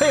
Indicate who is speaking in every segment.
Speaker 1: Hey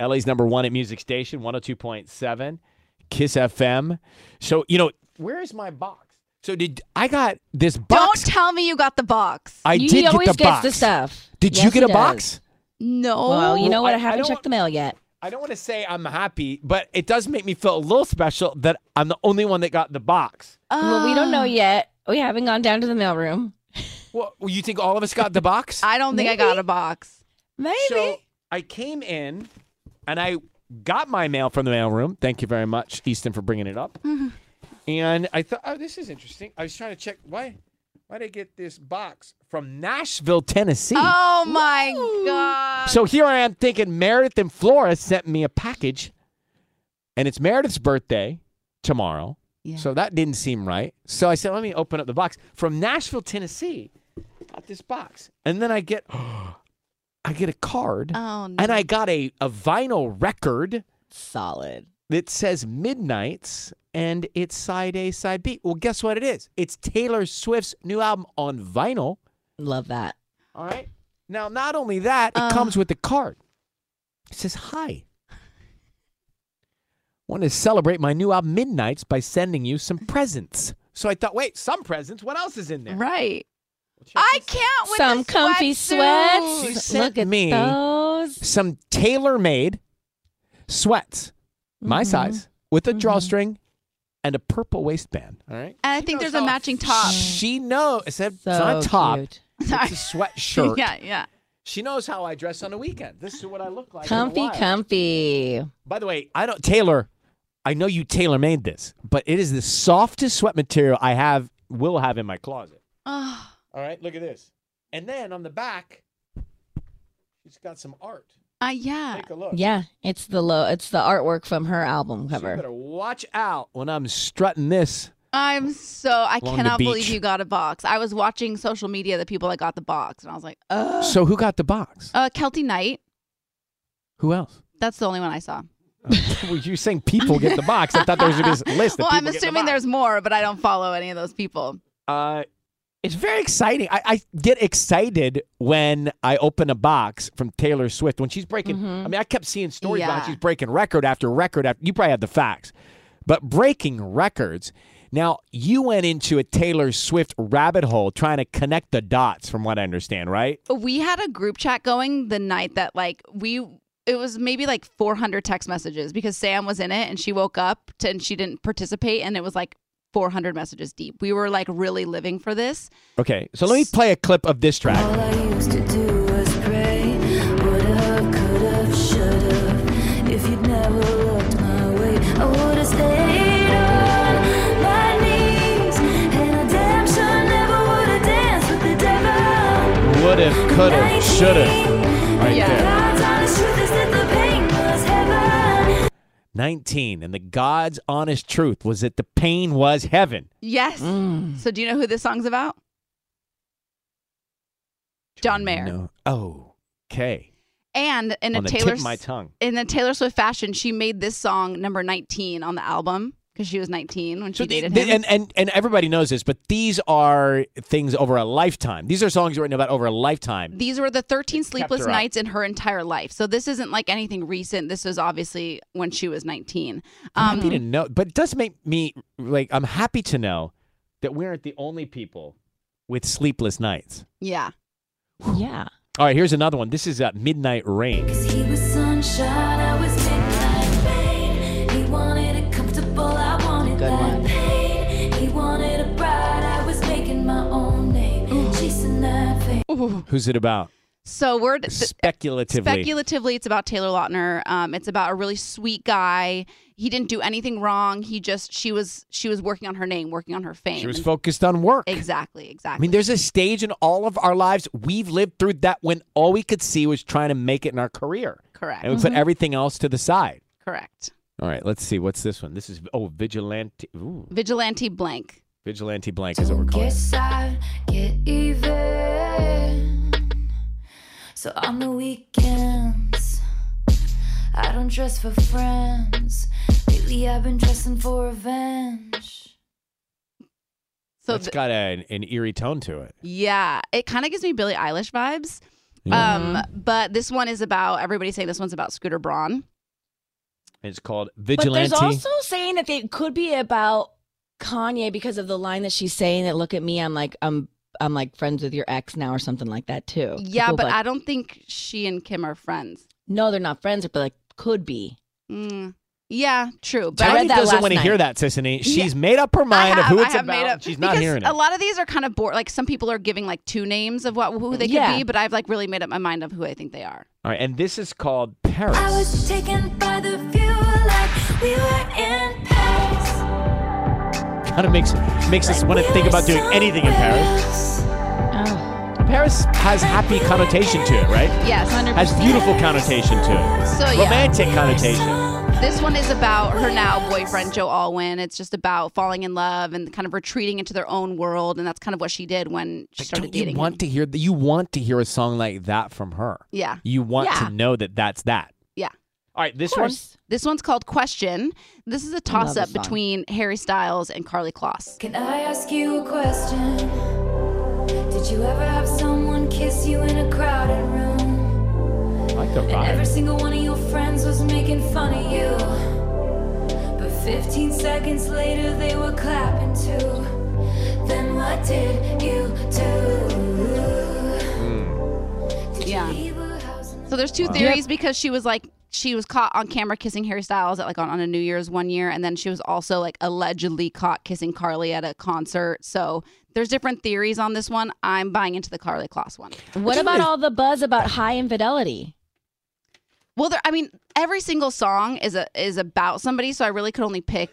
Speaker 2: LA's number one oh at music station, 102.7, Kiss FM. So, you know, where is my box? So, did I got this box?
Speaker 3: Don't tell me you got the box.
Speaker 2: I
Speaker 4: he
Speaker 2: did get
Speaker 4: always
Speaker 2: the
Speaker 4: gets
Speaker 2: box.
Speaker 4: the stuff.
Speaker 2: Did
Speaker 4: Yes,
Speaker 2: you get
Speaker 4: he
Speaker 2: a
Speaker 4: does.
Speaker 2: box?
Speaker 3: No.
Speaker 4: Well, you know what?
Speaker 2: I-
Speaker 4: I,
Speaker 2: I
Speaker 4: haven't
Speaker 2: don't-
Speaker 4: checked the mail yet.
Speaker 2: I don't want to say I'm happy, but it does make me feel a little special that I'm the only one that got the box.
Speaker 4: Well, we don't know yet. We haven't gone down to the mailroom.
Speaker 2: Well, you think all of us got the box?
Speaker 3: I don't think I got a box.
Speaker 4: Maybe.
Speaker 2: So I came in and I got my mail from the mailroom. Thank you very much, Easton, for bringing it up. And I thought, oh, this is interesting. I was trying to check why why did I get this box from Nashville, Tennessee.
Speaker 3: Oh my god.
Speaker 2: So here I am thinking Meredith and Flora sent me a package, and it's Meredith's birthday tomorrow.
Speaker 3: Yeah.
Speaker 2: So that didn't seem right. So I said, let me open up the box from Nashville, Tennessee. Got this box, and then I get, I get a card,
Speaker 3: Oh no.
Speaker 2: and I got a a vinyl record
Speaker 4: solid.
Speaker 2: that says Midnight's and it's side A, side B. Well, guess what it is? It's Taylor Swift's new album on vinyl.
Speaker 4: Love that.
Speaker 2: All right. Now, not only that, it
Speaker 3: Uh.
Speaker 2: comes with a card. It says, Hi. Want to celebrate my new album, Midnights, by sending you some presents. So I thought, wait, some presents? What else is in there?
Speaker 3: right. I can't with
Speaker 4: Some
Speaker 3: the
Speaker 4: comfy
Speaker 3: sweatsuit.
Speaker 2: You
Speaker 4: sweats.
Speaker 2: sent
Speaker 4: Look at
Speaker 2: me-
Speaker 4: those.
Speaker 2: Some tailor made sweats, my
Speaker 4: Mhm.
Speaker 2: size, with a
Speaker 4: Mhm.
Speaker 2: drawstring and a purple waistband. All right.
Speaker 3: And I think there's a matching top.
Speaker 2: She knows. It's, a- it's
Speaker 4: So
Speaker 2: not a top.
Speaker 4: cute.
Speaker 2: It's a sweatshirt.
Speaker 3: Yeah, yeah.
Speaker 2: She knows how I dress on the weekend. This is what I look like. in a
Speaker 4: Comfy,
Speaker 2: while.
Speaker 4: comfy.
Speaker 2: By the way, I don't Taylor. I know you tailor made this, but it is the softest sweat material I have will have in my closet.
Speaker 3: Oh,
Speaker 2: All right, look at this. And then on the back, she's got some art.
Speaker 3: uh, yeah.
Speaker 2: Take a look.
Speaker 4: Yeah, it's the low. It's the artwork from her album
Speaker 2: So you
Speaker 4: cover.
Speaker 2: better watch out when I'm strutting this.
Speaker 3: I'm so I
Speaker 2: Along the
Speaker 3: cannot believe
Speaker 2: beach.
Speaker 3: you got a box. I was watching social media the people that got the box and I was like, "Uh,
Speaker 2: So who got the box?
Speaker 3: uh Kelty Knight.
Speaker 2: Who else?
Speaker 3: That's the only one I saw."
Speaker 2: well, you're saying people get the box. I thought there was this list. Of
Speaker 3: well, I'm
Speaker 2: people get the
Speaker 3: assuming
Speaker 2: box.
Speaker 3: there's more, but I don't follow any of those people.
Speaker 2: Uh, it's very exciting. I, I get excited when I open a box from Taylor Swift when she's breaking. I mean, I kept seeing stories about
Speaker 3: Yeah.
Speaker 2: how she's breaking record after record after. You probably have the facts, but breaking records. Now you went into a Taylor Swift rabbit hole trying to connect the dots, from what I understand, right?
Speaker 3: We had a group chat going the night that like we it was maybe like 400 text messages because Sam was in it and she woke up to, and she didn't participate and it was like 400 messages deep. We were like really living for this.
Speaker 2: Okay, so let me play a clip of this track.
Speaker 5: All I used to do was pray. Would've, could've, should've. If you'd never looked my way, I would've stayed on my knees. And I damn sure never would've danced with the devil.
Speaker 2: Would've, could've, should've. Right
Speaker 3: Yeah.
Speaker 2: there.
Speaker 5: God's honest truth is that the pain was heaven.
Speaker 2: 19. And the God's honest truth was that the pain was heaven.
Speaker 3: Yes.
Speaker 2: Mm.
Speaker 3: So do you know who this song's about? John Mayer.
Speaker 2: No. Oh, okay.
Speaker 3: And in a
Speaker 2: on the
Speaker 3: Taylor
Speaker 2: tip of my
Speaker 3: S-
Speaker 2: tongue.
Speaker 3: in a Taylor Swift fashion, she made this song number 19 on the album because she was 19 when she
Speaker 2: the-
Speaker 3: dated
Speaker 2: the-
Speaker 3: him.
Speaker 2: and, and and everybody knows this, but these are things over a lifetime. These are songs written about over a lifetime.
Speaker 3: These were the 13 sleepless
Speaker 2: her up.
Speaker 3: nights in her entire life. So this isn't like anything recent. This was obviously when she was Um, 19.
Speaker 2: I'm happy to know, but it does make me like I'm happy to know that we aren't the only people with sleepless nights.
Speaker 3: Yeah.
Speaker 4: Yeah.
Speaker 2: All right, here's another one. This is uh, Midnight Rain.
Speaker 5: Cause he was sunshine, I was midnight rain. He wanted it comfortable, I wanted
Speaker 4: Good
Speaker 5: that
Speaker 4: one.
Speaker 5: pain. He wanted a bride, I was making my own name. Chasing that fame.
Speaker 2: Who's it about?
Speaker 3: So we're th-
Speaker 2: Speculatively.
Speaker 3: speculatively, it's about Taylor Lautner. Um, it's about a really sweet guy. He didn't do anything wrong. He just she was she was working on her name, working on her fame.
Speaker 2: she was focused on work.
Speaker 3: exactly,
Speaker 2: I
Speaker 3: exactly.
Speaker 2: mean, there's a stage in all of our lives we've lived through that when all we could see was trying to make it in our career,
Speaker 3: correct, Mm-hmm.
Speaker 2: and we put everything else to the side.
Speaker 3: correct.
Speaker 2: All right, let's see. What's this one? This is oh, vigilante. Ooh,
Speaker 3: Vigilante blank.
Speaker 2: vigilante blank is what we're calling.
Speaker 5: Get
Speaker 2: it.
Speaker 5: sad, get even. So on the weekends, I don't dress for friends. Lately, I've been dressing for revenge.
Speaker 3: So
Speaker 2: It's
Speaker 3: th-
Speaker 2: got an, an eerie tone to it.
Speaker 3: yeah, it kind of gives me Billie Eilish vibes.
Speaker 2: Yeah.
Speaker 3: Um, but this one is about everybody's saying this one's about Scooter Braun.
Speaker 2: And it's called
Speaker 4: But
Speaker 2: vigilante.
Speaker 4: there's also saying that they could be about Kanye because of the line that she's saying that look at me, I'm like I'm I'm like friends with your ex now or something like that too.
Speaker 3: Yeah,
Speaker 4: People
Speaker 3: but
Speaker 4: like,
Speaker 3: I don't think she and Kim are friends.
Speaker 4: No, they're not friends, but like could be.
Speaker 3: Mm. Yeah, true. But
Speaker 4: I
Speaker 2: Tony
Speaker 4: read that
Speaker 2: doesn't
Speaker 4: last
Speaker 2: want to hear that,
Speaker 4: night.
Speaker 2: Sissany.
Speaker 3: Yeah.
Speaker 2: She's made up her mind
Speaker 3: I have,
Speaker 2: of who
Speaker 3: I
Speaker 2: it's
Speaker 3: have
Speaker 2: about.
Speaker 3: made up
Speaker 2: She's not
Speaker 3: because
Speaker 2: hearing it.
Speaker 3: A lot of these are kind of bored. Like some people are giving like two names of what who they could
Speaker 4: Yeah.
Speaker 3: be, but I've like really made up my mind of who I think they are.
Speaker 2: All right, and this is called
Speaker 5: I
Speaker 2: Paris.
Speaker 5: was taken by the view like we were in Paris.
Speaker 2: Kind of makes makes us want to
Speaker 5: We
Speaker 2: think
Speaker 5: were
Speaker 2: about doing anything in Paris.
Speaker 5: somewhere else.
Speaker 4: Oh.
Speaker 2: Paris has happy connotation to it, right?
Speaker 3: Yes,
Speaker 2: Has beautiful connotation to it,
Speaker 3: So Oh, yeah,
Speaker 2: romantic connotation.
Speaker 3: this one is about her now boyfriend Joe Alwyn. It's just about falling in love and kind of retreating into their own world, and that's kind of what she did when she
Speaker 2: Like,
Speaker 3: started
Speaker 2: don't you
Speaker 3: dating. him.
Speaker 2: want to hear? You want to hear a song like that from her.
Speaker 3: Yeah,
Speaker 2: You want
Speaker 3: Yeah.
Speaker 2: to know that that's that.
Speaker 3: yeah.
Speaker 2: All right, this
Speaker 4: Of
Speaker 2: one.
Speaker 4: course.
Speaker 3: This one's called Question. This is a toss up
Speaker 4: this song.
Speaker 3: between Harry Styles and Carly Kloss.
Speaker 5: Can I ask you a question? Did you ever have someone kiss you in a crowded room?
Speaker 2: I like the
Speaker 5: Every
Speaker 2: vibe.
Speaker 5: single one of your friends was making fun of you. But 15 seconds later, they were clapping too. Then what did you do? Did you
Speaker 3: Yeah.
Speaker 5: leave a house in
Speaker 3: So there's two theories because she was like she was caught on camera kissing Harry Styles at like on, on a New Year's one year, and then she was also like allegedly caught kissing Carly at a concert. So there's different theories on this one. I'm buying into the Carly Kloss one.
Speaker 4: What about all the buzz about high infidelity?
Speaker 3: Well, there I mean every single song is a is about somebody, so I really could only pick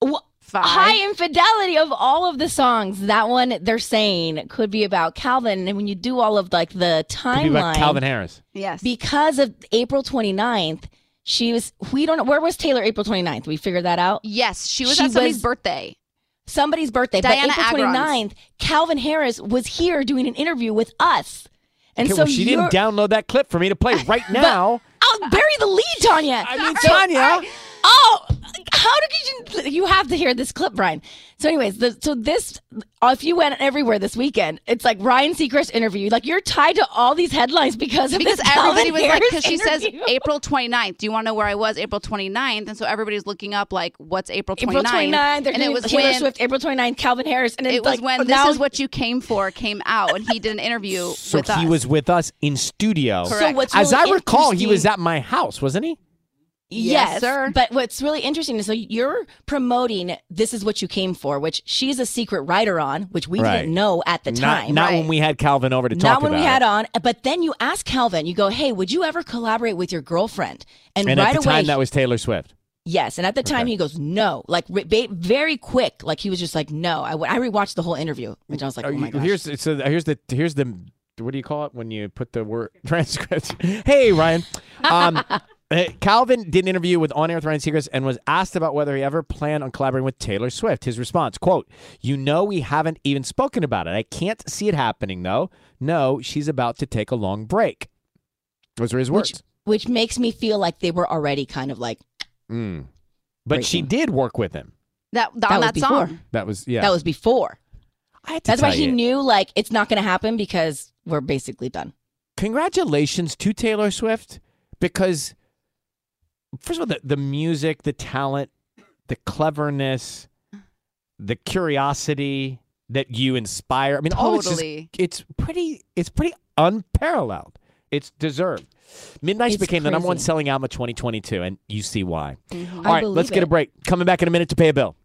Speaker 4: Wha-
Speaker 3: five.
Speaker 4: High infidelity of all of the songs. That one they're saying could be about Calvin. And when you do all of like the
Speaker 2: Could be about
Speaker 4: timeline,
Speaker 2: Calvin Harris.
Speaker 3: yes.
Speaker 4: because of April 29th, she was, we don't know, where was Taylor April 29th? We figured that out.
Speaker 3: Yes, she was
Speaker 4: She
Speaker 3: at somebody's
Speaker 4: was-
Speaker 3: birthday.
Speaker 4: Somebody's birthday,
Speaker 3: Diana
Speaker 4: but April
Speaker 3: Agron's.
Speaker 4: 29th, Calvin Harris was here doing an interview with us. And
Speaker 2: Okay,
Speaker 4: so
Speaker 2: well, she didn't
Speaker 4: you're-
Speaker 2: download that clip for me to play right now.
Speaker 4: I'll bury the lead, Tanya.
Speaker 2: I mean, Tanya.
Speaker 4: Oh, how did you? You have to hear this clip, Brian. So, anyways, the, so this, if you went everywhere this weekend, it's like Ryan Seacrest interview. Like you're tied to all these headlines because of
Speaker 3: because
Speaker 4: this
Speaker 3: everybody
Speaker 4: Calvin
Speaker 3: was like
Speaker 4: Harris
Speaker 3: because she says
Speaker 4: interview.
Speaker 3: april 29th do you want to know where i was april 29th and so everybody's looking up like what's april 29th
Speaker 4: April 29th, they're
Speaker 3: and it was
Speaker 4: Taylor
Speaker 3: when
Speaker 4: Swift, April 29th, Calvin Harris, and
Speaker 3: it
Speaker 4: it's
Speaker 3: was
Speaker 4: like,
Speaker 3: when
Speaker 4: oh,
Speaker 3: this
Speaker 4: now-
Speaker 3: is what you came for came out and he did an interview
Speaker 2: So
Speaker 3: with
Speaker 2: he
Speaker 3: us
Speaker 2: was with us in studio.
Speaker 4: So
Speaker 3: Correct.
Speaker 4: what's
Speaker 2: As
Speaker 4: really
Speaker 2: I recall, he was
Speaker 4: interesting-
Speaker 2: at my house, wasn't he?
Speaker 3: Yes,
Speaker 4: Yes,
Speaker 3: sir.
Speaker 4: But what's really interesting is so you're promoting "This Is What You Came For," which she's a secret writer on, which we
Speaker 2: Right.
Speaker 4: didn't know at the
Speaker 2: not
Speaker 4: time.
Speaker 2: not
Speaker 3: right.
Speaker 2: when we had Calvin over to talk
Speaker 4: Not when
Speaker 2: about
Speaker 4: we had
Speaker 2: it.
Speaker 4: on, but then you ask Calvin, you go, "Hey, would you ever collaborate with your girlfriend?" And,
Speaker 2: and
Speaker 4: right
Speaker 2: at the
Speaker 4: away,
Speaker 2: time, that was Taylor Swift.
Speaker 4: yes. And at the time, he goes, "No," like re- ba- very quick, like he was just like, "No." I, w- I rewatched the whole interview, which I was like,
Speaker 2: Are
Speaker 4: "Oh my
Speaker 2: you-
Speaker 4: gosh!"
Speaker 2: Here's so here's the here's the what do you call it when you put the word transcript? hey Ryan, um, uh, Calvin did an interview with On Air with Ryan Seacrest and was asked about whether he ever planned on collaborating with Taylor Swift. His response, quote, "You know we haven't even spoken about it. I can't see it happening though. No, she's about to take a long break." Those are his
Speaker 4: Which-
Speaker 2: words.
Speaker 4: which makes me feel like they were already kind of like
Speaker 2: Mm. But
Speaker 4: Great
Speaker 2: she
Speaker 4: one.
Speaker 2: did work with him.
Speaker 3: That,
Speaker 4: that
Speaker 3: on
Speaker 4: was
Speaker 3: that
Speaker 4: before.
Speaker 3: song.
Speaker 2: That was yeah.
Speaker 4: That was before.
Speaker 2: I had to
Speaker 4: That's why
Speaker 2: tell
Speaker 4: he
Speaker 2: you.
Speaker 4: knew like it's not going to happen because we're basically done.
Speaker 2: Congratulations to Taylor Swift because first of all, the, the music, the talent, the cleverness, the curiosity that you inspire. I mean, all of it's just-
Speaker 3: Totally.
Speaker 2: it's pretty. It's pretty unparalleled. It's deserved. Midnight's
Speaker 4: It's
Speaker 2: became the number one
Speaker 4: crazy. Mm-hmm.
Speaker 2: selling album of 2022, and you see why.
Speaker 4: I
Speaker 2: All right, let's
Speaker 4: believe
Speaker 2: get a
Speaker 4: it.
Speaker 2: break. Coming back in a minute to pay a bill.